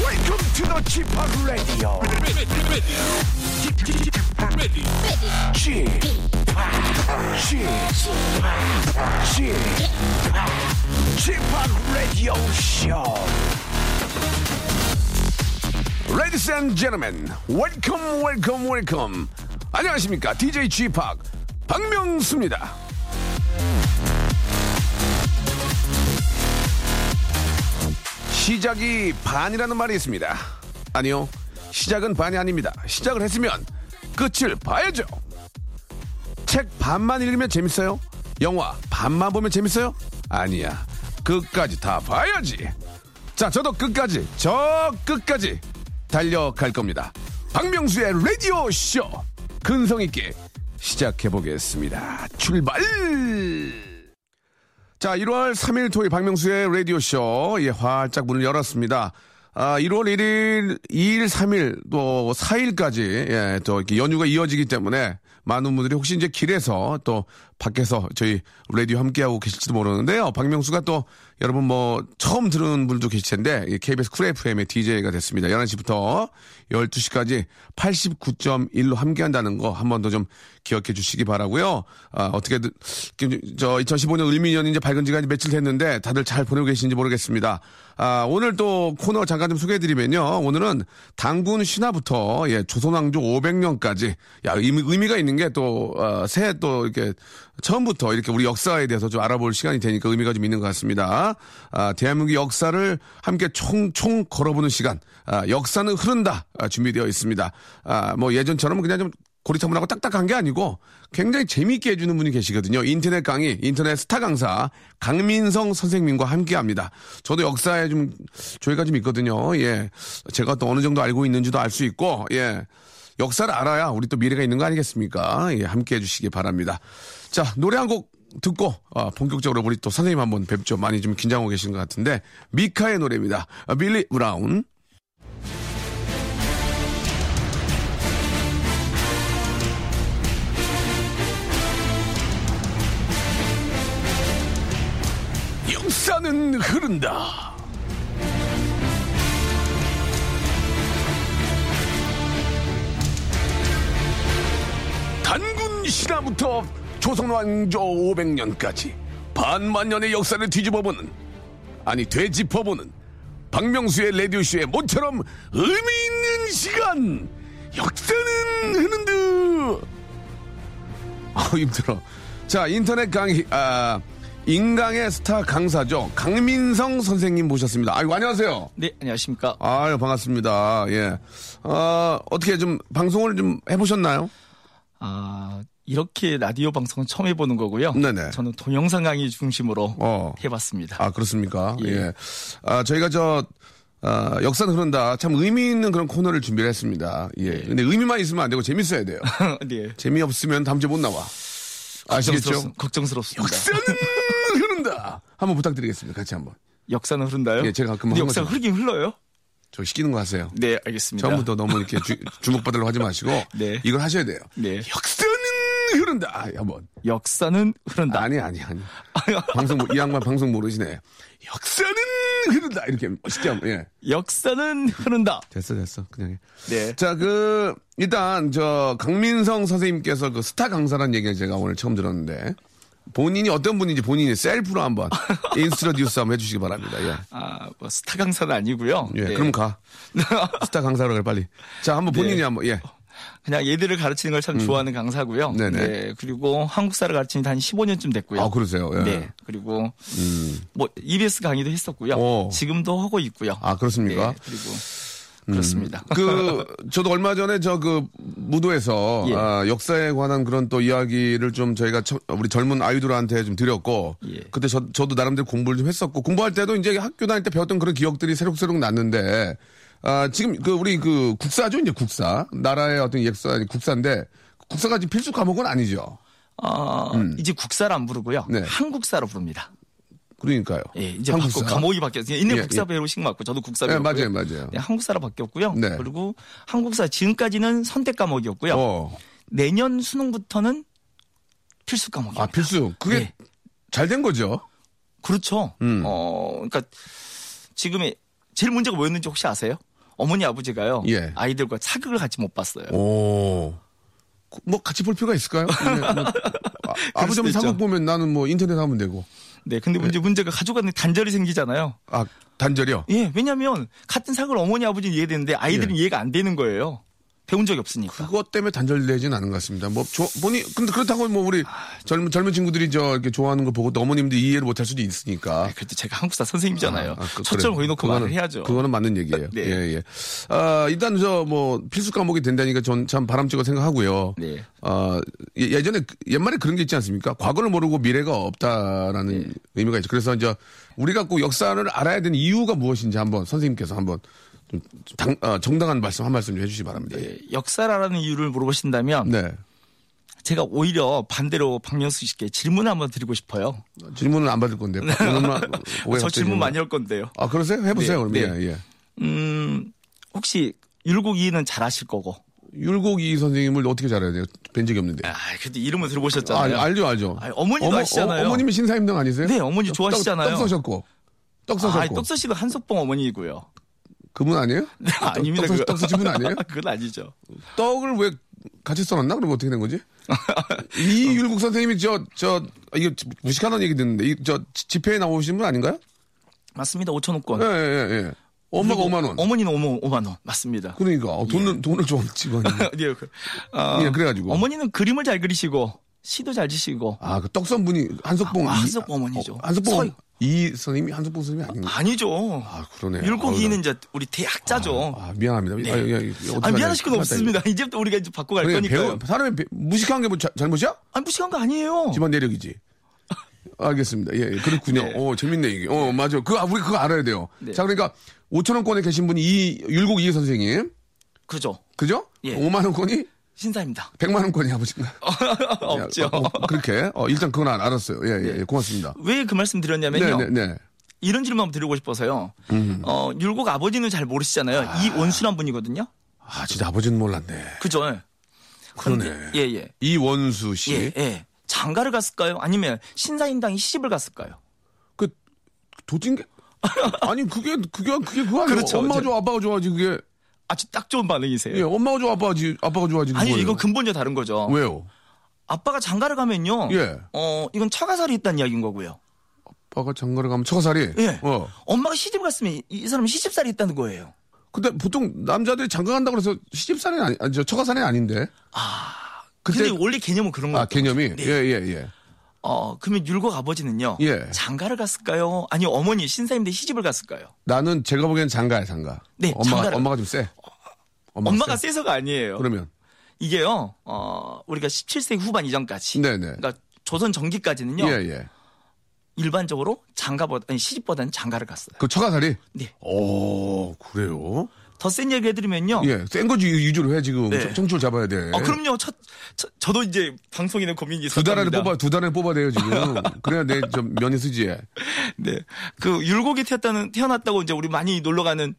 Welcome to the Chip Radio. ready, ready, ready, ready. Chip, Chip, Chip, Radio Show. Ladies and gentlemen, welcome, welcome, welcome. 안녕하십니까? DJ G 팍 박명수입니다. 시작이 반이라는 말이 있습니다. 아니요, 시작은 반이 아닙니다. 시작을 했으면 끝을 봐야죠. 책 반만 읽으면 재밌어요? 영화 반만 보면 재밌어요? 아니야, 끝까지 다 봐야지. 자, 저도 끝까지, 저 끝까지 달려갈 겁니다. 박명수의 라디오 쇼 근성 있게 시작해 보겠습니다. 출발! 자, 1월 3일 토요일 박명수의 라디오쇼, 예, 활짝 문을 열었습니다. 아, 1월 1일, 2일, 3일, 또 4일까지, 예, 또 이렇게 연휴가 이어지기 때문에 많은 분들이 혹시 이제 길에서 또 밖에서 저희 라디오 함께하고 계실지도 모르는데요. 박명수가 또 여러분 뭐 처음 들은 분도 계실 텐데, 이 KBS 쿨 FM의 DJ가 됐습니다. 11시부터 12시까지 89.1로 함께한다는 거 한 번 더 좀 기억해 주시기 바라고요 아, 어떻게든, 저 2015년 을미년이 이제 밝은 지가 이제 며칠 됐는데 다들 잘 보내고 계신지 모르겠습니다. 아, 오늘 또 코너 잠깐 좀 소개해 드리면요. 오늘은 당군 신화부터 예, 조선왕조 500년까지 야, 의미, 의미가 있는 게 또, 어, 새해 또 이렇게 처음부터 이렇게 우리 역사에 대해서 좀 알아볼 시간이 되니까 의미가 좀 있는 것 같습니다. 아, 대한민국 역사를 함께 총총 걸어보는 시간. 아, 역사는 흐른다. 아, 준비되어 있습니다. 아, 뭐 예전처럼 그냥 좀 고리타분하고 딱딱한 게 아니고 굉장히 재미있게 해주는 분이 계시거든요. 인터넷 강의, 인터넷 스타 강사 강민성 선생님과 함께합니다. 저도 역사에 좀 조예가 좀 있거든요. 예, 제가 또 어느 정도 알고 있는지도 알 수 있고 예, 역사를 알아야 우리 또 미래가 있는 거 아니겠습니까? 예, 함께해 주시기 바랍니다. 자, 노래 한 곡 듣고 아, 본격적으로 우리 또 선생님 한번 뵙죠. 많이 좀 긴장하고 계신 것 같은데 미카의 노래입니다. 아, 빌리 브라운. 역사는 흐른다. 단군 신화부터 조선 왕조 500년까지 반만 년의 역사를 뒤집어보는 아니 되짚어보는 박명수의 레디오쇼의 모처럼 의미 있는 시간 역사는 흐른다. 아 힘들어. 자 인터넷 강의 아 인강의 스타 강사죠 강민성 선생님 모셨습니다. 아유 안녕하세요. 네, 안녕하십니까. 아유 반갑습니다. 예. 아 어떻게 좀 방송을 좀 해보셨나요? 아, 이렇게 라디오 방송은 처음 해보는 거고요. 네네. 저는 동영상 강의 중심으로 어. 해봤습니다. 아 그렇습니까? 예. 예. 아 저희가 저 아, 역사는 흐른다. 참 의미 있는 그런 코너를 준비를 했습니다. 예. 근데 의미만 있으면 안 되고 재밌어야 돼요. 네. 재미없으면 다음 주에 못 나와. 아시겠죠? 걱정스럽- 걱정스럽습니다. 역사는 흐른다. 한번 부탁드리겠습니다. 같이 한번. 역사는 흐른다요? 예, 제가 가끔 근데 한 역사 거죠. 흐르긴 흘러요? 저 시키는 거 하세요. 네, 알겠습니다. 처음부터 너무 이렇게 주, 주목받으려고 하지 마시고 네. 이걸 하셔야 돼요. 네. 역사는 흐른다. 아, 한번. 역사는 흐른다. 아니 아니 아니. 방송 모- 이 양반 방송 모르시네. 역사는 흐른다. 이렇게 멋있게 한번. 예. 역사는 흐른다. 됐어 됐어. 그냥 해. 네. 자, 그 일단 저 강민성 선생님께서 그 스타 강사라는 얘기를 제가 오늘 처음 들었는데 본인이 어떤 분인지 본인이 셀프로 한번 인스트로듀스 한번 해주시기 바랍니다. 예. 아, 뭐 스타 강사는 아니고요. 예, 네. 그럼 가. 스타 강사로 가 빨리. 자, 한번 본인이 네. 한번 어, 예. 그냥 얘들을 가르치는 걸 참 좋아하는 강사고요. 음. 네네. 네, 그리고 한국사를 가르치는 데한 15년쯤 됐고요. 아, 그러세요. 예. 음. 네. 그리고 뭐 EBS 강의도 했었고요. 오. 지금도 하고 있고요. 어. 아, 그렇습니까? 음. 네, 그리고 그렇습니다. 그 저도 얼마 전에 저 그 무도에서 예. 아, 역사에 관한 그런 또 이야기를 좀 저희가 처- 우리 젊은 아이돌한테 좀 드렸고 예. 그때 저, 저도 나름대로 공부를 좀 했었고 공부할 때도 이제 학교 다닐 때 배웠던 그런 기억들이 새록새록 났는데 아, 지금 그 우리 그 국사죠 이제 국사 나라의 어떤 역사 국사인데 국사가 지금 필수 과목은 아니죠 어, 이제 국사를 안 부르고요. 음. 네. 한국사로 부릅니다. 그러니까요 예, 이제 한국사. 바꿔 과목이 바뀌었어요. 옛날 예, 국사 예. 배우신 것 같고 저도 국사 예, 배우고 맞아요 맞아요 한국사로 바뀌었고요. 네. 그리고 한국사 지금까지는 선택 과목이었고요. 어, 내년 수능부터는 필수 과목입니다. 아 필수 그게 예. 잘 된 거죠 그렇죠. 음. 어, 그러니까 지금의 제일 문제가 뭐였는지 혹시 아세요? 어머니 아버지가요. 예. 아이들과 사극을 같이 못 봤어요. 오. 그, 뭐 같이 볼 필요가 있을까요? 예, 뭐, 아, 아버지 수도 어머니 있죠. 사극 보면 나는 뭐 인터넷 하면 되고. 네. 근데 문제 문제가 가족 간에 단절이 생기잖아요. 아, 단절이요? 예. 왜냐면 같은 사극을 어머니 아버지는 이해되는데 아이들은 예. 이해가 안 되는 거예요. 배운 적이 없으니까. 그것 때문에 단절되진 않은 것 같습니다. 뭐, 조, 본인, 근데 그렇다고 뭐 우리 젊은, 젊은 친구들이 저 이렇게 좋아하는 걸 보고 또 어머님도 이해를 못할 수도 있으니까. 아, 그래도 제가 한국사 선생님이잖아요. 아, 그- 초점 그래. 보여놓고 그거는- 말을 해야죠. 그거는 맞는 얘기예요. 네. 예, 예. 아, 일단 저 뭐 필수 과목이 된다니까 전 참 바람직하고 생각하고요. 네. 아, 예- 예전에 그- 옛말에 그런 게 있지 않습니까? 과거를 모르고 미래가 없다라는 네. 의미가 있죠. 그래서 이제 우리가 꼭 역사를 알아야 되는 이유가 무엇인지 한번 선생님께서 한번 좀 당- 아, 정당한 말씀 한 말씀 좀 해주시기 바랍니다. 예, 역사라는 이유를 물어보신다면 네. 제가 오히려 반대로 박명수 씨께 질문 을 한번 드리고 싶어요. 질문은 안 받을 건데. 오늘만- 왜 저 갑자기 질문 질문- 많이 할 건데요. 아, 그러세요? 해보세요, 네, 그럼. 예, 예. 음, 혹시 율곡이는 잘 아실 거고. 율곡이 선생님을 어떻게 잘해야 돼요? 뵌 적이 없는데. 아, 그래도 이름은 네. 아, 들어보셨잖아요. 알죠, 알죠. 아니, 어머니도 아시잖아요. 어, 머님이 신사임당 아니세요? 네, 어머니 좋아하시잖아요. 떡, 떡 써셨고. 떡 써셨고. 아, 떡서 씨도 한석봉 어머니이고요. 그분 아니에요? 네, 아닙니다. 떡, 그거. 떡, 떡 쓰신 분 아니에요? 그건 아니죠. 떡을 왜 같이 써놨나? 그럼 어떻게 된 거지? 이율국 선생님이 저, 저, 아, 이거 무식한 얘기 듣는데, 이, 저 지- 집회에 나오신 분 아닌가요? 맞습니다. 5천 원권. 예, 예, 예. 엄마가 5만원. 어머니는 5만, 5만 원. 맞습니다. 그러니까, 어, 돈을, 돈을 좀 집안이. 예, 그- 아, 예, 그래가지고. 어머니는 그림을 잘 그리시고 시도 잘 지시고 아, 그 떡선 분이 한석봉. 아, 이- 한석봉 어머니죠. 어, 한석봉. 서요. 이 선생님이 한석봉 선생님이 아닌가? 아니죠. 아, 그러네. 율곡이는 이제 우리 대학자죠. 아, 미안합니다. 아, 예, 예, 어떡하냐. 아, 미안하실 건 큰일 났다, 없습니다. 이제부터 우리가 이제 바꿔갈 그래, 거니까요. 어. 배우, 사람이 배- 무식한 게 뭐 자- 잘못이야? 아니 무식한 거 아니에요. 집안 내력이지. 알겠습니다. 예, 예, 그렇군요. 오, 재밌네, 이게. 어, 맞아. 그, 아, 우리 그거 알아야 돼요. 네. 자, 그러니까, 5천원권에 계신 분이 이, 율곡 이해 선생님. 그죠? 그죠? 예. 5만원권이 신사입니다. 100만원권이 아버지인가? 없죠. 네. 어, 어, 그렇게. 어, 일단 그건 알- 알았어요. 예, 예, 예. 고맙습니다. 왜 그 말씀 드렸냐면요. 네, 음. 네, 네. 이런 질문 한번 드리고 싶어서요. 어, 율곡 아버지는 잘 모르시잖아요. 이원수란 분이거든요. 아, 진짜 아버지는 몰랐네. 그죠? 그러네. 예, 예. 이원수 씨. 예, 예. 장가를 갔을까요? 아니면 신사임당이 시집을 갔을까요? 그, 도찐개? 아니, 그게, 그게, 그게 그거 아니에요. 그렇죠. 엄마가 저- 좋아, 아빠가 좋아하지, 그게. 아주 딱 좋은 반응이세요. 예, 엄마가 좋아, 아빠가, 지- 아빠가 좋아하지. 아니, 그거예요. 이건 근본적으로 다른 거죠. 왜요? 아빠가 장가를 가면요. 예. 어, 이건 처가살이 있다는 이야기인 거고요. 아빠가 장가를 가면 처가살이. 예. 어. 엄마가 시집 갔으면 이, 이 사람은 시집살이 있다는 거예요. 근데 보통 남자들이 장가 간다고 해서 시집살이 아니, 아니 저 처가살이 아닌데. 근데 그때 원래 개념은 그런 거예요. 아 개념이 네. 예예 예, 예. 어, 그러면 율곡 아버지는요. 예. 장가를 갔을까요? 아니, 어머니 신사임대 시집을 갔을까요? 나는 제가 보기엔 장가야 장가. 네, 엄마가 장가를- 어, 엄마가 좀 세. 엄마가, 엄마가 세. 세서가 아니에요. 그러면 이게요. 어, 우리가 17세기 후반 이전까지 네네. 그러니까 조선 전기까지는요. 예예. 일반적으로 장가보다 아니 시집보다는 장가를 갔어요. 그 처가살이. 네. 오 그래요? 더 센 얘기 해 드리면요. 예. 센 거지 유주로 해 지금 어. 네. 청- 청출 잡아야 돼. 아, 그럼요. 첫, 저, 저도 이제 방송인의 고민이 두 달에 있었답니다. 뽑아 두 달에 뽑아야 돼요 지금. 그래야 내 좀 면이 쓰지. 네. 그 율곡이 태어났다는 태어났다고 이제 우리 많이 놀러 가는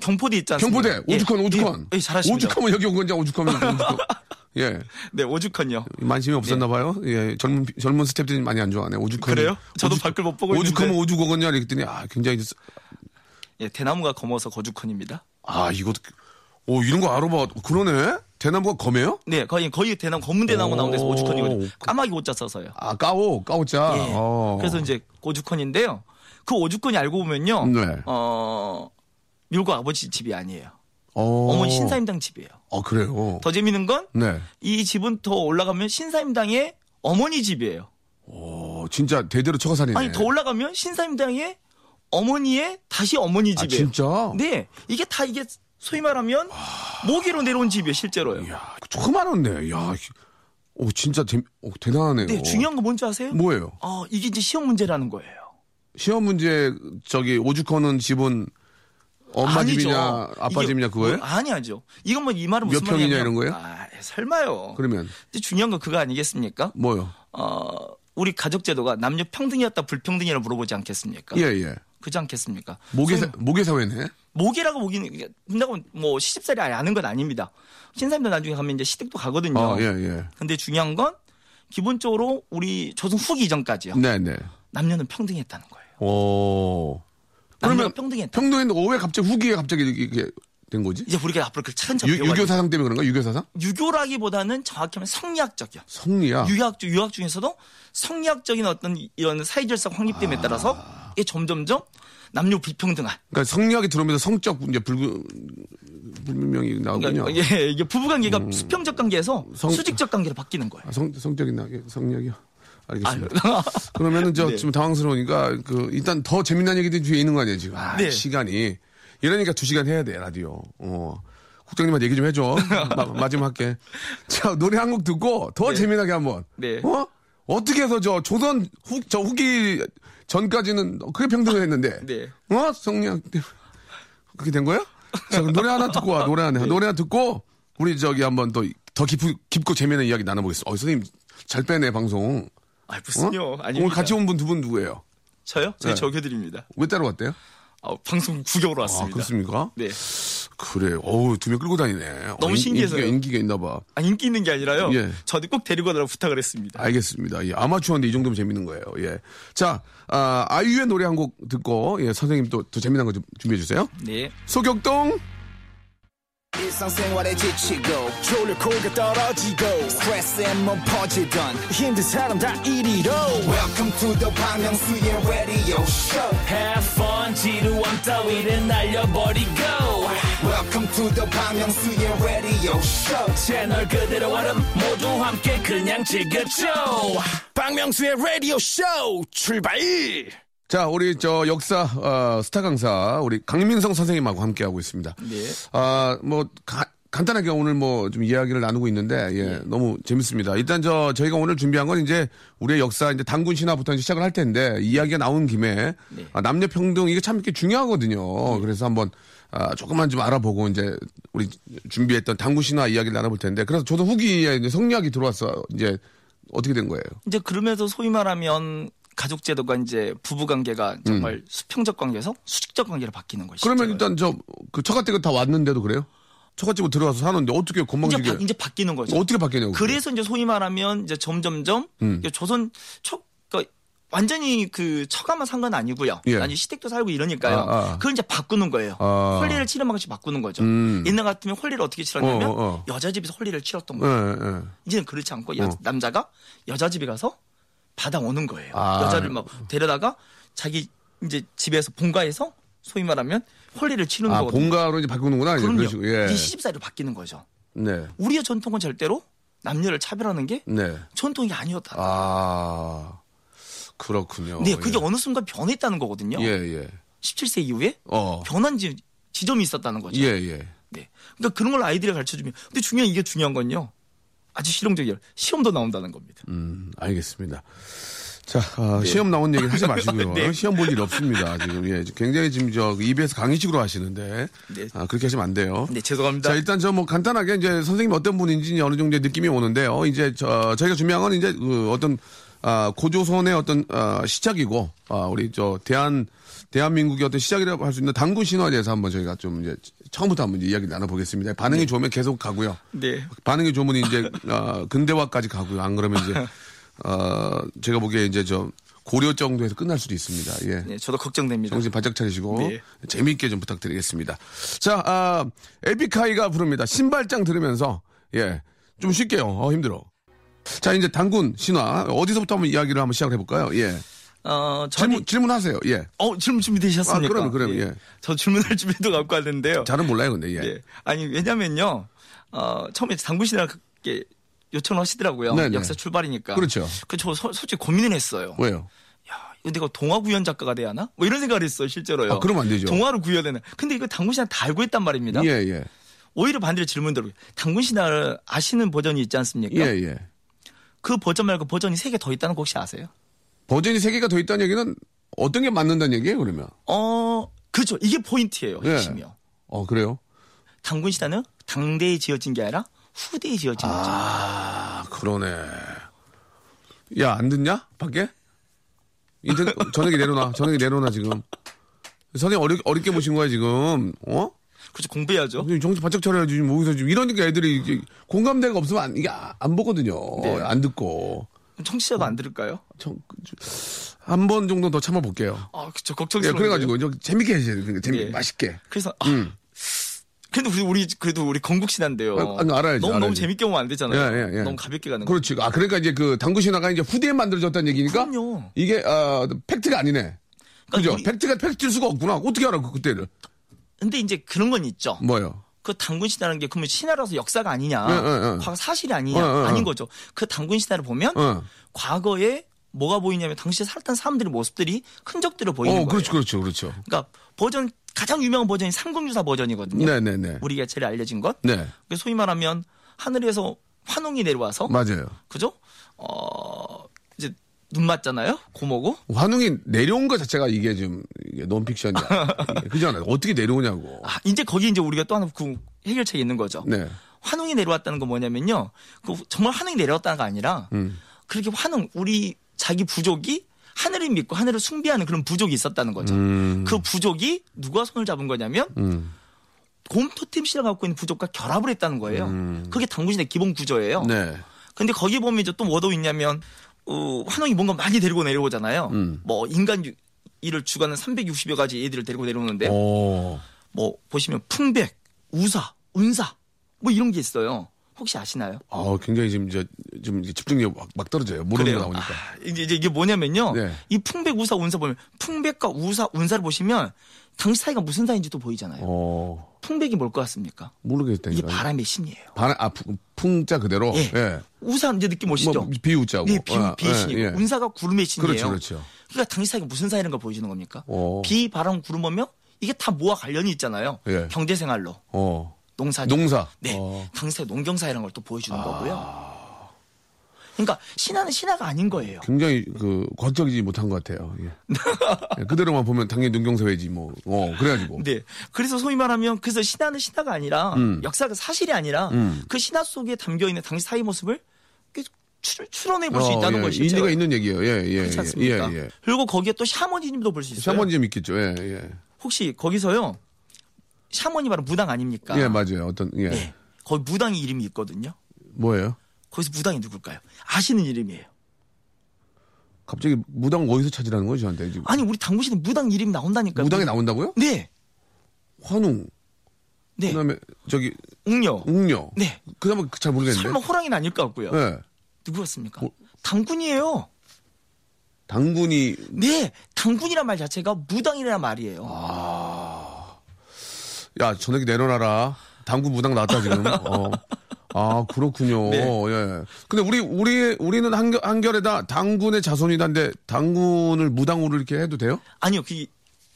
경포대 있지 않습니까? 경포대 오죽헌 오죽헌. 예, 예, 잘하십니다. 오죽헌은 여기 온 건지 오죽헌은 오죽헌. 예. 네, 오죽헌요. 관심이 없었나 봐요. 예, 젊은 젊은 스탭들이 많이 안 좋아하네. 오죽헌. 네. 그래요? 저도 밖을 못 보고 오죽하면 있는데. 오죽오건냐 이랬더니 아 굉장히 쓰- 예, 대나무가 검어서 거죽헌입니다. 아 이거 오 이런 거 알아봐. 그러네. 대나무가 검해요? 네, 거의 거의 대나무 검은 대나무 나온 데서 오. 오죽헌이거든요. 까마귀 옷자 써서요. 아 까오 까오자. 예. 어. 그래서 이제 오죽헌인데요. 그 오죽헌이 알고 보면요. 네. 어. 율곡 아버지 집이 아니에요. 어. 어머니 신사임당 집이에요. 아 그래요. 더 재밌는 건 이 네. 집은 더 올라가면 신사임당의 어머니 집이에요. 오 진짜 대대로 처가살이네. 아니 더 올라가면 신사임당의 어머니의 다시 어머니 아, 집이에요. 진짜. 네, 이게 다 이게 소위 말하면 모기로 내려온 집이에요, 실제로요. 야 조그만한데. 야. 오 진짜 재. 오 대단하네요. 네, 중요한 거 뭔지 아세요? 뭐예요? 어, 이게 이제 시험 문제라는 거예요. 시험 문제 저기 오죽헌은 집은 엄마 아니죠. 집이냐 아빠 이게 집이냐 그거예요? 뭐, 아니 아니죠. 이건 뭐 이 말은 몇 무슨 평이냐 말이냐면- 이런 거예요? 아, 설마요. 그러면 근데 중요한 건 그거 아니겠습니까? 뭐요? 어, 우리 가족 제도가 남녀 평등이었다 불평등이라 물어보지 않겠습니까? 예 예. 그지 않겠습니까? 모계 사, 모계 사회네. 모기라고 보기는 이게 끝나고 뭐 시집살이 아예 아는 건 아닙니다. 신사임당 나중에 가면 이제 시댁도 가거든요. 어, 예, 예. 근데 중요한 건 기본적으로 우리 조선 후기 이전까지요. 네, 네. 남녀는 평등했다는 거예요. 오. 남녀가 그러면 평등했다. 평등했는데 왜 갑자기 후기에 갑자기 이게 된 거지? 이제 우리가 앞으로 그 차근차근 유, 배워가야 유교 사상 때문에 그런가? 유교 사상? 돼요. 유교라기보다는 정확히 하면 성리학적이야. 성리야. 유학 중 유학 중에서도 성리학적인 어떤 이런 사회질서가 아. 확립됨에 따라서 이게 점점점 남녀 불평등한 그러니까 성리학이 들어오면서 성적 이제 불구, 불명이 나오군요. 음. 그러니까 예, 이게 부부 관계가 수평적 관계에서 성- 수직적 관계로 바뀌는 거예요. 아, 성 성적인 나 성리학이요. 알겠습니다. 아, 그러면은 저 네. 지금 당황스러우니까 그 일단 더 재미난 얘기들이 뒤에 있는 거 아니에요 지금 아, 네. 시간이 이러니까 두 시간 해야 돼 라디오 어 국장님한테 얘기 좀 해줘 마, 마지막 할게 자 노래 한 곡 듣고 더 재미나게 한번 네. 어 어떻게 해서 저 조선 후, 저 후기 전까지는 그게 평등을 했는데 네. 어 성리학 때문에 그렇게 된 거야 자 그럼 노래 하나 듣고 와 노래 하나 네. 노래 하나 듣고 우리 저기 한번 더 더 깊고 깊고 재미있는 이야기 나눠보겠습니다 어 선생님 잘 빼네 방송 아 어? 무슨요? 아니 그러니까 오늘 같이 온 분 두 분 누구예요? 저요? 저희 네. 조교드립니다. 왜 따로 왔대요? 아, 방송 구경으로 아, 왔습니다. 그렇습니까? 네. 그래요. 어우, 두 명 끌고 다니네. 너무 인- 신기해서요. 인기가, 인기가 있나 봐. 아, 인기 있는 게 아니라요. 예. 저도 꼭 데리고 와달라고 부탁을 했습니다. 알겠습니다. 예, 아마추어인데 이 정도면 재밌는 거예요. 예. 자, 아, 아이유의 노래 한 곡 듣고, 예, 선생님 또, 더 재미난 거 좀 준비해 주세요. 네. 소격동! 일상생활에 지치고, 졸려 코가 떨어지고, 스트레스에 몸 퍼지던, 힘든 사람 다 이리로. welcome to the Bang Myung-soo's radio show Have fun 지루함 따위를 날려버리고 welcome to the Bang Myung-soo's radio show 채널 그대로 얼음 모두 함께 그냥 즐겨줘 박명수의 라디오 쇼 출발 자, 우리 저 역사, 어, 스타 강사, 우리 강민성 선생님하고 함께하고 있습니다. 네. 아, 뭐, 가- 간단하게 오늘 뭐 좀 이야기를 나누고 있는데, 예, 너무 재밌습니다. 일단 저, 저희가 오늘 준비한 건 이제 우리의 역사, 이제 단군 신화부터 이제 시작을 할 텐데, 이야기가 나온 김에, 아, 남녀평등, 이게 참 이렇게 중요하거든요. 그래서 한번, 아, 조금만 좀 알아보고 이제 우리 준비했던 단군 신화 이야기를 나눠볼 텐데, 그래서 저도 후기에 이제 성리학이 들어왔어. 이제 어떻게 된 거예요? 이제 그러면서 소위 말하면 가족 제도가 이제 부부 관계가 정말 수평적 관계에서 수직적 관계로 바뀌는 거죠. 음. 그러면 일단 저 그 처갓댁은 다 왔는데도 그래요? 처갓집으로 들어가서 사는데 어떻게 이제 건방지게 뭐 바, 이제 바뀌는 거죠. 어떻게 바뀌냐고 그래서 이제 소위 말하면 이제 점점점 음. 이게 조선 초 그러니까 완전히 그 처가만 산 건 아니고요. 예. 아니 시댁도 살고 이러니까요. 아, 아. 그걸 이제 바꾸는 거예요. 아. 홀리를 치는 방식 바꾸는 거죠. 음. 옛날 같으면 홀리를 어떻게 치렀냐면 어, 어, 어. 여자 집에서 홀리를 치렀던 예, 거예요. 예. 이제는 그렇지 않고 여- 어. 남자가 여자 집에 가서 받아오는 거예요. 아. 여자를 막 데려다가 자기 이제 집에서 본가에서 소위 말하면 홀리를 치는 아 거거든요. 본가로 이제 바꾸는구나 이제 그럼요. 그런 식으로 예. 이제 시집살이로 바뀌는 거죠. 네. 우리의 전통은 절대로 남녀를 차별하는 게 네. 전통이 아니었다. 아 그렇군요. 네, 그게 어느 순간 변했다는 거거든요. 예, 예. 17세 이후에 어. 변한 지, 지점이 있었다는 거죠. 예, 예. 네. 그러니까 그런 걸 아이들이 가르쳐 주면. 근데 중요한 이게 중요한 건요. 아주 실용적이에요. 시험도 나온다는 겁니다. 음, 알겠습니다. 자, 아, 시험 나온 얘기 하지 마시고요. 네. 시험 볼 일 없습니다. 지금 예, 굉장히 지금 저 EBS 강의식으로 하시는데 네. 아, 그렇게 하시면 안 돼요. 네, 죄송합니다. 자, 일단 저 뭐 간단하게 이제 선생님이 어떤 분인지 이제 어느 정도 느낌이 오는데요. 이제 저, 저희가 중요한 건 이제 그 어떤 아, 고조선의 어떤 아, 시작이고 아, 우리 저 대한 대한민국의 어떤 시작이라고 할 수 있는 당군 신화에 대해서 한번 저희가 좀 이제 처음부터 한번 이제 이야기 나눠보겠습니다. 반응이 좋으면 계속 가고요. 네. 반응이 좋으면 이제 아, 근대화까지 가고요. 안 그러면 이제 어, 제가 보기에 이제 저 고려 정도에서 끝날 수도 있습니다. 예. 네, 저도 걱정됩니다. 정신 바짝 차리시고 네. 재미있게 좀 부탁드리겠습니다. 자, 아, 에픽하이가 부릅니다. 신발장 들으면서 예, 좀 쉴게요. 어, 힘들어. 자, 이제 당군 신화 어디서부터 한번 이야기를 한번 시작해 볼까요? 예, 어, 저는 질문 질문하세요. 예, 어, 질문 준비되셨습니까? 아, 그럼요, 그럼요, 예. 예. 저 질문할 준비도 갖고 왔는데요. 잘은 몰라요, 근데 예. 예. 아니, 왜냐면요. 어, 처음에 당구신이랑 그렇게 요청을 하시더라고요. 네네. 역사 출발이니까. 그렇죠. 그저 솔직히 고민을 했어요. 왜요? 야, 이거 내가 동화 구현 작가가 돼야 하나? 뭐 이런 생각을 했어요, 실제로요. 아, 그러면 안 되죠. 동화로 구현해나. 근데 이거 당군신화 다 알고 있단 말입니다. 예, 예, 오히려 반대로 질문대로 당군신화를 아시는 버전이 있지 않습니까? 예, 예. 그 버전 말고 버전이 세 개 더 있다는 거 혹시 아세요? 버전이 세 개가 더 있다는 얘기는 어떤 게 맞는다는 얘기예요, 그러면? 어, 그렇죠. 이게 포인트예요, 예. 핵심이요. 어, 그래요? 당군신화는 당대에 지어진 게 아니라 후대에 지어진 거죠. 아, 그러네. 야, 안 듣냐? 밖에? 인터넷, 전화기 내려놔. 전화기 내려놔, 지금. 선생님 어렵, 어렵게 보신 거야, 지금. 어? 그렇죠. 공부해야죠. 선생님 정신 바짝 차려야지. 지금 여기서 지금 이러니까 애들이 이게 공감대가 없으면 안, 이게 아- 안 보거든요. 네. 안 듣고. 그럼 청취자도 안 들을까요? 한 번 정도 더 참아볼게요. 아, 그렇죠. 예, 걱정스러워. 그러니까 그래가지고, 저 재밌게 해주세요. 재밌, 예. 맛있게. 그래서 아, 근데 우리, 우리 그래도 우리 건국 신한데요. 음. 아, 아니, 알아야지, 너무 너무 알아야지. 재밌게 오면 안 되잖아요. 예, 예, 예. 네. 너무 가볍게 가는 거. 그렇지. 아 그러니까 이제 그 당구 신화가 이제 후대에 만들어졌다는 얘기니까 그럼요. 이게 아, 팩트가 아니네. 그죠? 우리- 팩트가 팩트일 수가 없구나. 어떻게 알아 그 그때를? 근데 이제 그런 건 있죠. 뭐요? 그 당군 신화라는 게 그러면 신화라서 역사가 아니냐, 음. 예, 예, 예. 과거 사실이 아니냐, 예, 예, 예. 아닌 거죠. 그 당군 신화를 보면 예. 과거에 뭐가 보이냐면 당시에 살았던 사람들의 모습들이 흔적들을 어, 보이는 거예요. 그렇죠, 그렇죠, 그렇죠. 그러니까 버전 가장 유명한 버전이 삼국유사 버전이거든요. 네, 네, 네. 뭐, 우리가 제일 알려진 것. 네, 그 소위 말하면 하늘에서 환웅이 내려와서 맞아요. 그죠? 어 이제 눈 맞잖아요. 고모고. 환웅이 내려온 것 자체가 이게 좀 이게 논픽션이야. 이게 그잖아요. 어떻게 내려오냐고. 아 이제 거기 이제 우리가 또 하나 그 해결책이 있는 거죠. 네. 환웅이 내려왔다는 건 뭐냐면요. 그 정말 환웅이 내려왔다는 거 아니라 그렇게 환웅 우리 자기 부족이 하늘을 믿고 하늘을 숭배하는 그런 부족이 있었다는 거죠. 그 부족이 누가 손을 잡은 거냐면 곰토템 씨가 갖고 있는 부족과 결합을 했다는 거예요. 그게 당군신의 기본 구조예요. 네. 근데 거기 보면 이제 또 뭐도 있냐면 어, 환웅이 뭔가 많이 데리고 내려오잖아요. 뭐 인간 유- 일을 주관하는 360여 가지 애들을 데리고 어. 내려오는데 오. 뭐 보시면 풍백, 우사, 운사 뭐 이런 게 있어요. 혹시 아시나요? 아, 굉장히 지금 이제 좀 이제 집중력 막, 막 떨어져요. 모르는 거 나오니까. 아, 이제, 이제 이게 뭐냐면요. 네. 이 풍백, 우사, 운사 보면 풍백과 우사, 운사를 보시면 당시 사이가 무슨 사이인지도 보이잖아요. 어. 네, 풍백이 뭘 것 같습니까? 이게 모르겠다니까. 바람의 신이에요. 바람 아 풍- 풍자 그대로. 예. 우사 이제 느낌 오시죠? 어, 뭐 비우자고. 네, 비, 아, 비의 예, 신이고 예. 운사가 구름의 신이에요. 그렇죠, 그렇죠. 러니까 당시 사이가 무슨 사이라는 걸 보여주는 겁니까? 오. 비, 바람, 구름하면 이게 다 뭐와 관련이 있잖아요. 예. 경제생활로, 어. 농사. 농사. 네, 어. 아. 당시 사이 농경사이라는 걸 또 보여주는 거고요. 그러니까 신화는 신화가 아닌 거예요. 굉장히 그 과학적이지 못한 것 같아요. 예. 예, 그대로만 보면 당연히 눈경사회지 뭐. 어 그래가지고. 네. 그래서 소위 말하면 그래서 신화는 신화가 아니라 음. 역사가 사실이 아니라 그 신화 속에 담겨 있는 당시 사이 모습을 꽤 추- 추론해 볼 수 어, 있다는 예. 것이 일리가 있는 얘기예요. 예, 예, 그렇지 예, 않습니까? 예, 예. 그리고 거기에 또 샤머니즘도 볼 수 있어요. 샤머니즘 있겠죠. 예, 예. 혹시 거기서요 샤머니 바로 무당 아닙니까? 예, 맞아요. 어떤 예. 그러니까. 네. 거기 무당이 이름이 있거든요. 뭐예요? 거기서 무당이 누굴까요? 아시는 이름이에요. 갑자기 무당 어디서 찾으라는 거예요, 저한테 지금? 아니 그러니까 우리 당구시는 무당 이름이 나온다니까요. 무당에 나온다고요? 네. 환웅. 네. 그다음에 저기 웅녀. 웅녀. 네. 그다음에 잘 모르겠는데. 설마 호랑이는 아닐 것 같고요. 예. 누구였습니까? 뭐- 당군이에요. 당군이 네, 당군이란 말 자체가 무당이라는 말이에요. 아. 야 전화기 내려놔라. 당구 무당 나왔다 지금. 어. 아 그렇군요. 네. 예. 근데 우리 우리 우리는 한결 한결에다 당군의 자손이다인데 당군을 무당으로 이렇게 해도 돼요? 아니요, 그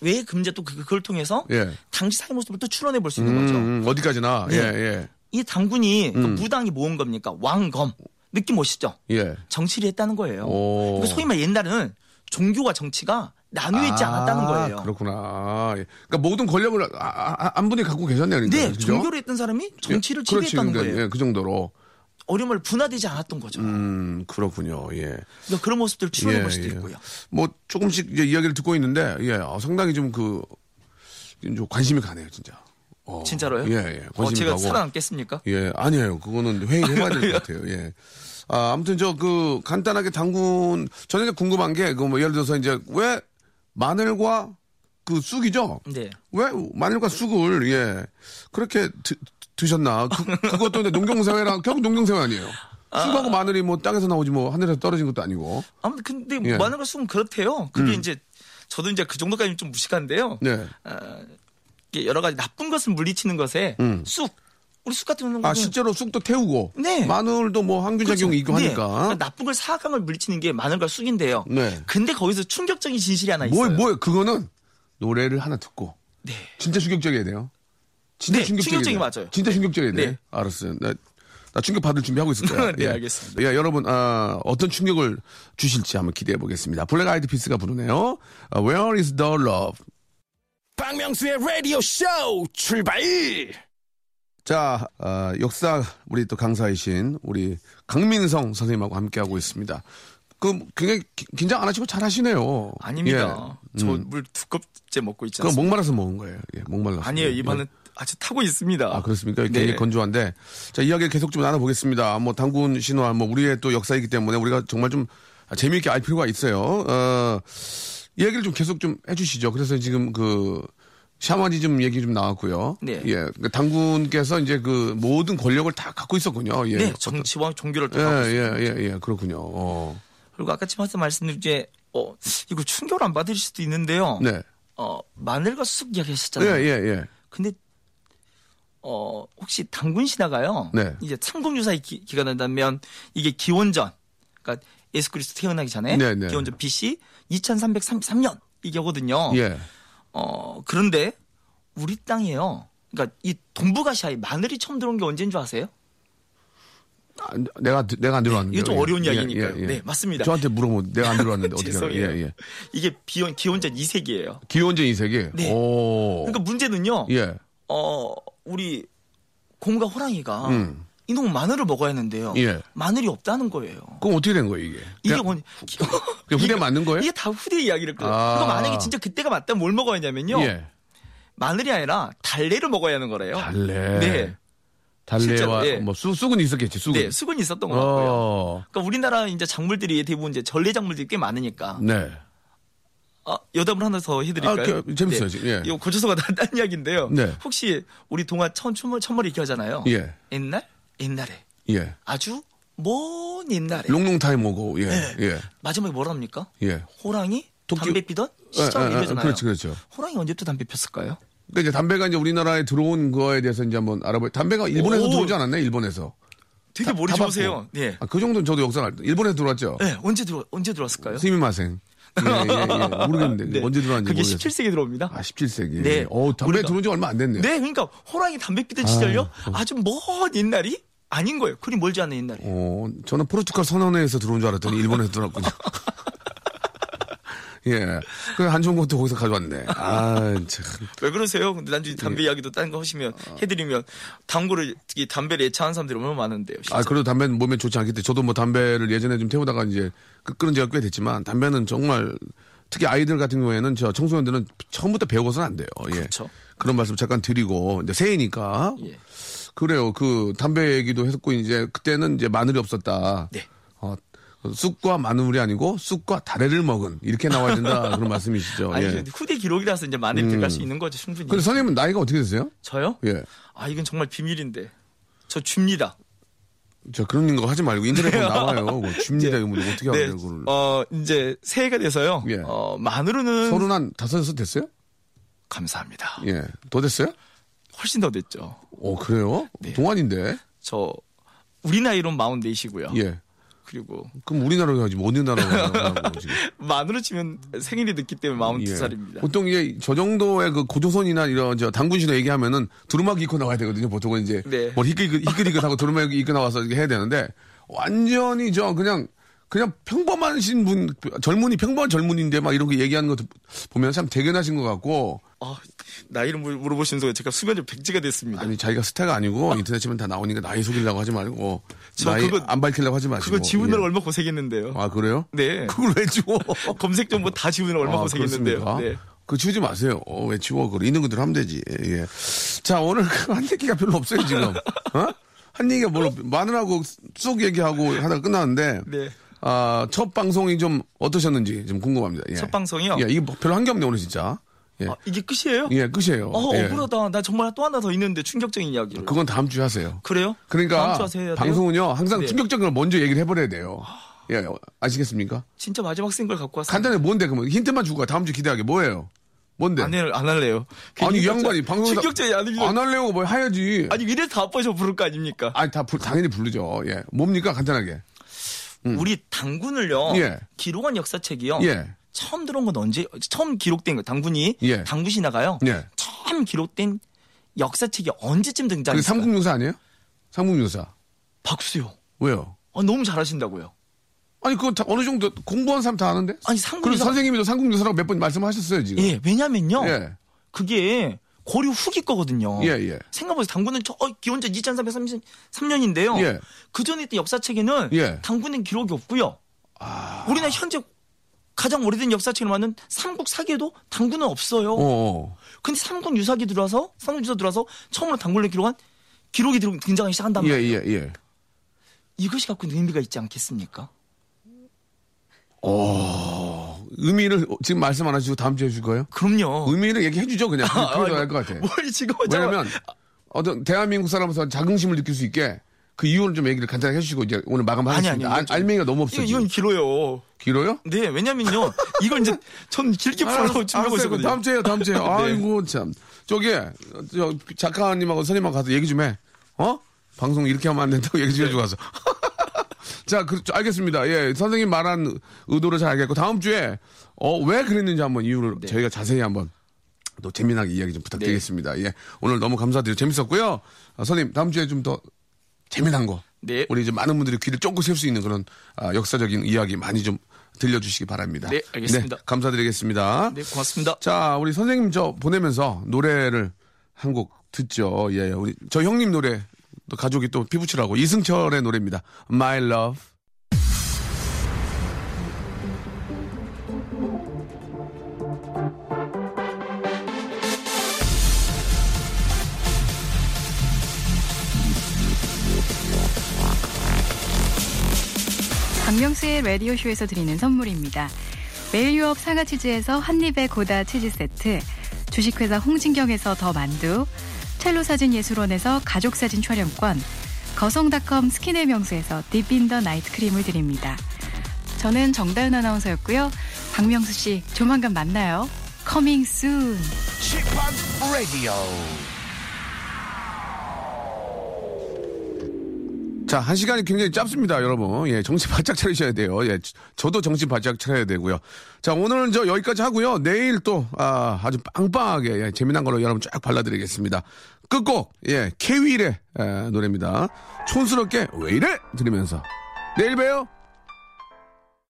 왜 금제 또 그- 그걸 통해서 예. 당시 사회 모습을 또 추론해 볼 수 있는 거죠. 음, 어디까지나. 그렇죠. 네. 예 이 당군이 그 무당이 모은 겁니까? 왕검 느낌 오시죠? 예. 예. 정치를 했다는 거예요. 오. 그러니까 소위 말 옛날에는 종교와 정치가 나뉘어 있지 않았다는 거예요. 아, 그렇구나. 아, 예. 그러니까 모든 권력을 아, 아, 한 분이 갖고 계셨네요. 그러니까. 네, 그죠? 종교를 했던 사람이 정치를 예, 그렇지. 지배했다는 그러니까, 거예요. 예, 그 정도로. 어려움을 분화되지 않았던 거죠. 음, 그렇군요. 예. 그러니까 그런 모습들을 추론해 예, 볼 수도 예. 있고요. 뭐 조금씩 이제 이야기를 듣고 있는데 예, 아, 상당히 좀그 좀 관심이 가네요, 진짜. 어, 진짜로요? 예, 예. 어, 관심이 제가 가고. 살아남겠습니까? 예, 아니에요. 그거는 회의를 해봐야 될 것 같아요. 예. 아, 아무튼 저 그 간단하게 당군 저는 이제 궁금한 게 그 뭐 예를 들어서 이제 왜 마늘과 그 쑥이죠? 네. 왜 마늘과 쑥을 예 그렇게 드, 셨나 그, 그것도 근데 농경사회랑 결국 농경사회 아니에요. 쑥하고 마늘이 뭐 땅에서 나오지 뭐 하늘에서 떨어진 것도 아니고. 아무튼 근데 예. 음. 많은 걸 쓰면 그렇대요. 그게 이제 저도 이제 그 정도까지는 좀 무식한데요. 네. 아, 이게 여러 가지 나쁜 것을 물리치는 것에 쑥 우리 쑥 같은 경우는 음. 아 실제로 쑥도 태우고 음. 네. 마늘도 뭐 항균작용이 있고 네. 하니까 그러니까 나쁜 걸 사악한 걸 물리치는 게 마늘과 쑥인데요. 네. 근데 거기서 충격적인 진실이 하나 있어요. 뭐뭐 그거는 노래를 하나 듣고 네. 진짜 충격적이어야 돼요. 진짜 네, 충격적이어야 충격적이 돼요. 맞아요. 진짜 충격적이어야 돼. 네. 알았어요. 나, 나 충격 받을 준비하고 있을 거야. 네, 알겠습니다. 예, 여러분 아, 어떤 충격을 주실지 한번 기대해 보겠습니다. 블랙 아이드 피스가 부르네요. 아, Where is the love? 박명수의 라디오 쇼 출발! 자, 아, 역사 우리 또 강사이신 우리 강민성 선생님하고 함께하고 있습니다. 그 굉장히 기- 긴장 안 하시고 잘 하시네요. 아닙니다. 예. 음. 저 물 두껍째 먹고 있지 그건 않습니까? 목말라서 먹은 거예요. 뭐 예, 목말라서. 아니에요. 예. 이번엔 아주 타고 있습니다. 아 그렇습니까? 네. 굉장히 건조한데 자 이야기를 계속 좀 나눠보겠습니다. 뭐 당군 신화 뭐 우리의 또 역사이기 때문에 우리가 정말 좀 재미있게 알 필요가 있어요. 어 이야기를 좀 계속 좀 해주시죠. 그래서 지금 그 샤머니즘 얘기 좀 나왔고요. 네. 예. 그러니까 당군께서 이제 그 모든 권력을 다 갖고 있었군요. 예. 네, 정치와 종교를 또 예, 갖고 있어요. 예, 예, 예, 그렇군요. 어. 그리고 아까 지마스 말씀드린 이제 어 이거 충격을 안 받으실 수도 있는데요. 네. 어 네. 마늘과 쑥 예, 이야기하셨잖아요. 예, 예. 근데 어 혹시 당군 신화가요. 네. 이제 창금 유사의 기, 간한다면 이게 기원전 그러니까 예수 그리스도 태어나기 전에 네, 네. 기원전 BC 2333년 이게거든요. 예. 어 그런데 우리 땅이에요. 그러니까 이 동북아시아에 마늘이 처음 들어온 게 언제인 줄 아세요? 아, 내가 내가 안 들어왔는데. 네, 이거 좀 예, 어려운 예, 이야기니까요. 예, 예. 네, 맞습니다. 저한테 물어보면 내가 안 들어왔는데 어떻게 알아요? 죄송해요. 예, 예. 이게 비원, 기원전 2세기예요. 기원전 2세기. 네. 오. 그러니까 문제는요. 예. 어, 우리 곰과 호랑이가 음. 이놈 마늘을 먹어야 했는데요. 예. 마늘이 없다는 거예요. 그럼 어떻게 된 거예요, 이게? 이게 그냥- 뭔 그게 후대 이게- 맞는 거예요? 이게 다 후대 이야기를 끌어요. 아. 그러니까 만약에 진짜 그때가 맞다면 뭘 먹어야 하냐면요. 예. 마늘이 아니라 달래를 먹어야 하는 거래요. 달래. 네. 달래와 실제로, 예. 뭐 쑥, 쑥은 있었겠지, 쑥은. 네, 수건이 있었던 것 같고요. 어. 그러니까 우리나라 이제 작물들이 대부분 이제 전래 작물들이 꽤 많으니까. 네. 아, 여담을 하나 더 해드릴까요? 네. 아, 그, 재밌어요, 지금. 예. 이거 고조서가 다- 딴 이야기인데요. 네. 혹시 우리 동화 천, 천물, 천물 이렇게 하잖아요. 예. 옛날? 옛날에. 예. 아주 먼 옛날에. 롱롱타임 오고, 예. 네. 예. 마지막에 뭐랍니까? 예. 호랑이? 도끼- 담배 피던 예, 예, 시절 예, 이러잖아요. 그렇죠, 그렇죠. 호랑이 언제부터 담배 폈을까요? 그러니까 이제 담배가 이제 우리나라에 들어온 거에 대해서 이제 한번 알아봐요. 담배가 일본에서 오. 들어오지 않았나요? 일본에서. 되게 머리 타바코. 좋으세요. 네. 아, 그 정도는 저도 역사를 알, 일본에서 들어왔죠? 네, 언제 들어 언제 들어왔을까요? 스미마생. 예, 예, 예. 모르겠는데. 네. 언제 들어왔는지 그게 모르겠어요. 17세기 들어옵니다. 아, 예. 17세기. 네. 어, 담배 우리가- 들어온 지 얼마 안 됐네요. 네, 그러니까 호랑이 담배 피던 시절요. 아주 먼 옛날이 아닌 거예요. 그리 멀지 않은 옛날이. 어, 저는 포르투갈 선언회에서 들어온 줄 알았더니 일본에서 들어왔군요. 예. 그 안 좋은 것도 거기서 가져왔네. 아, 참. 왜 그러세요? 근데 예. 난중에 담배 이야기도 딴 거 하시면 아. 해드리면 당구를 특히 담배를 애차하는 사람들이 얼마나 많은데요. 진짜. 아, 그래도 담배는 몸에 좋지 않기 때문에 저도 뭐 담배를 예전에 좀 태우다가 이제 끄- 끊은 지가 꽤 됐지만 담배는 정말 특히 아이들 같은 경우에는 저 청소년들은 처음부터 배워서는 안 돼요. 예. 그렇죠. 그런 말씀 잠깐 드리고 이제 새해니까 예. 그래요. 그 담배 얘기도 했었고 이제 그때는 이제 마늘이 없었다. 네. 어, 쑥과 마늘이 아니고 쑥과 다래를 먹은 이렇게 나와야 된다 그런 말씀이시죠. 아니 예. 음. 이제 후대 기록이라서 이제 많이 들어갈 수 있는 거죠 충분히. 그래서 선생님은 나이가 어떻게 되세요? 저요? 예. 아 이건 정말 비밀인데 저 줍니다. 저 그런 거 하지 말고 인터넷에 보면 나와요. 뭐 줍니다. 이거 뭐 어떻게 네, 하면 그걸. 어 이제 새해가 돼서요. 예. 어 만으로는 서른 한 다섯 여섯 됐어요? 감사합니다. 예. 더 됐어요? 훨씬 더 됐죠. 어, 그래요? 네. 동안인데. 저 우리 나이론 마흔넷이고요. 네 예. 그리고 그럼 우리나라로 가지 뭐 어느 나라로 가냐고 지금. 만으로 치면 생일이 늦기 때문에 마흔 두 예. 살입니다. 보통 이제 저 정도의 그 고조선이나 이런 저 당군시나 얘기하면은 두루마기 입고 나와야 되거든요. 보통은 이제 네. 뭘 희끗 희끗하고 두루마기 입고 나와서 이렇게 해야 되는데 완전히 저 그냥 그냥 평범하신 분 젊은이 평범한 젊은인데 막 이런 거 얘기하는 거 보면 참 대견하신 것 같고 아, 나이를 물- 물어보시는 순간 제가 수면제 백지가 됐습니다. 아니 자기가 스타가 아니고 인터넷 치면 다 나오니까 나이 속이려고 하지 말고 저 나이 그거- 안 밝히려고 하지 마시고 그거 지우느라 예. 얼마 고생했는데요. 아 그래요? 네. 그걸 왜 지워? 검색 정보 다 지우느라 얼마 아, 고생했는데요. 그렇습니까? 네. 그거 지우지 마세요. 어, 왜 지워? 그걸 있는 그대로 하면 되지. 예. 자, 오늘 그 한 얘기가 별로 없어요, 지금. 어? 한 얘기가 별로, 없- 마늘하고 쑥 얘기하고 하다가 끝났는데. 네. 아, 첫 방송이 좀 어떠셨는지 좀 궁금합니다. 예. 첫 방송이요? 예, 이게 뭐 별로 한 게 없네, 오늘 진짜. 예. 아, 이게 끝이에요? 예, 끝이에요. 어, 예. 억울하다. 나 정말 또 하나 더 있는데 충격적인 이야기를. 그건 다음 주에 하세요. 그래요? 다음 그러니까 주 하세요. 방송은요, 항상 네. 아. 충격적인 걸 먼저 얘기를 해버려야 돼요. 예, 아시겠습니까? 진짜 마지막 싱글 갖고 왔어요. 간단히 뭔데, 그러면 힌트만 주고 가. 다음 주 기대하게. 뭐예요? 뭔데? 안, 해, 안 할래요. 아니 이 괜히 양반이 진짜 방송사 충격적인 아닙니다. 안 할래요 뭐 해야지 아니, 아니 이래서 다 아빠셔 부를 거 아닙니까? 다 부- 당연히 부르죠 예 뭡니까 간단하게 우리 당군을요. 음. 예. 기록한 역사책이요. 예. 처음 들어온 건 언제? 처음 기록된 거 당군이 예. 당군이 나가요. 예. 처음 기록된 역사책이 언제쯤 그게 등장했을까요? 삼국유사 아니에요 삼국유사 박수요. 왜요 아, 너무 잘하신다고요. 아니 그거 다 어느 정도 공부한 사람 다 아는데 아니, 그리고 삼국유사- 선생님이도 삼국유사라고 몇 번 말씀하셨어요 지금 예, 왜냐면요. 예. 그게 고려 후기 거거든요. 예, 예. 생각보다 당군은 저 어, 기원전 2333년인데요. 예. 그 전에 있던 역사책에는 예. 아. 당군은 기록이 없고요. 우리나라 현재 가장 오래된 역사책을 맞는 삼국 사기에도 당군은 없어요. 어, 어. 근데 삼국 유사기 들어와서 삼국 유사 들어와서 처음으로 당군을 기록한 기록이 들- 등장하기 시작한단 예, 말이에요. 예, 예. 이것이 갖고 있는 의미가 있지 않겠습니까? 의미를 지금 말씀 안 하시고 다음 주에 해줄 거예요? 그럼요. 의미를 얘기해 주죠 그냥. 아, 그게 이거 더알것 같아. 뭘 지금 왜냐면 잠깐만. 어떤 대한민국 사람으로서 자긍심을 느낄 수 있게 그 이유를 좀 얘기를 간단하게 해주시고 이제 오늘 아니, 마감하겠습니다. 아니, 알- 이건 좀- 알맹이가 너무 없어. 이건, 이건 길어요. 길어요? 네, 왜냐면요. 이걸 이제 전 길게 풀어서 준비하고 아, 알았어요. 그럼 있었거든요. 다음 주에요, 다음 주에요. 네. 아이고, 참. 저기, 저 작가님하고 선생님하고 가서 얘기 좀 해. 어? 방송 이렇게 하면 안 된다고 얘기 좀 해주고 가서. 자, 그, 저, 알겠습니다. 예, 선생님 말한 의도를 잘 알겠고, 다음 주에, 어, 왜 그랬는지 한번 이유를 네. 저희가 자세히 한번 또 재미나게 이야기 좀 부탁드리겠습니다. 네. 예, 오늘 너무 감사드리고 재밌었고요. 아, 선생님, 다음 주에 좀 더 재미난 거. 네. 우리 이제 많은 분들이 귀를 쫑긋 세울 수 있는 그런 아, 역사적인 이야기 많이 좀 들려주시기 바랍니다. 네, 알겠습니다. 감사드리겠습니다. 네, 고맙습니다. 자, 우리 선생님 저 보내면서 노래를 한 곡 듣죠. 예, 우리 저 형님 노래 또 가족이 또 피부치라고 이승철의 노래입니다. My Love. 박명수의 라디오쇼에서 드리는 선물입니다. 매일 유업 사과 치즈에서 한입의 고다 치즈 세트, 주식회사 홍진경에서 더 만두, 첼로 사진 예술원에서 가족 사진 촬영권, 거성닷컴 스킨의 명수에서 딥인더 나이트 크림을 드립니다. 저는 정다은 아나운서였고요. 박명수 씨, 조만간 만나요. Coming soon. 지팍 라디오 자, 한 시간이 굉장히 짧습니다, 여러분. 예, 정신 바짝 차리셔야 돼요. 예, 저- 저도 정신 바짝 차려야 되고요. 자, 오늘은 저 여기까지 하고요. 내일 또, 아, 아주 빵빵하게, 예, 재미난 걸로 여러분 쫙 발라드리겠습니다. 끝곡, 예, 케윌의 에, 노래입니다. 촌스럽게 왜 이래? 들으면서. 내일 봬요.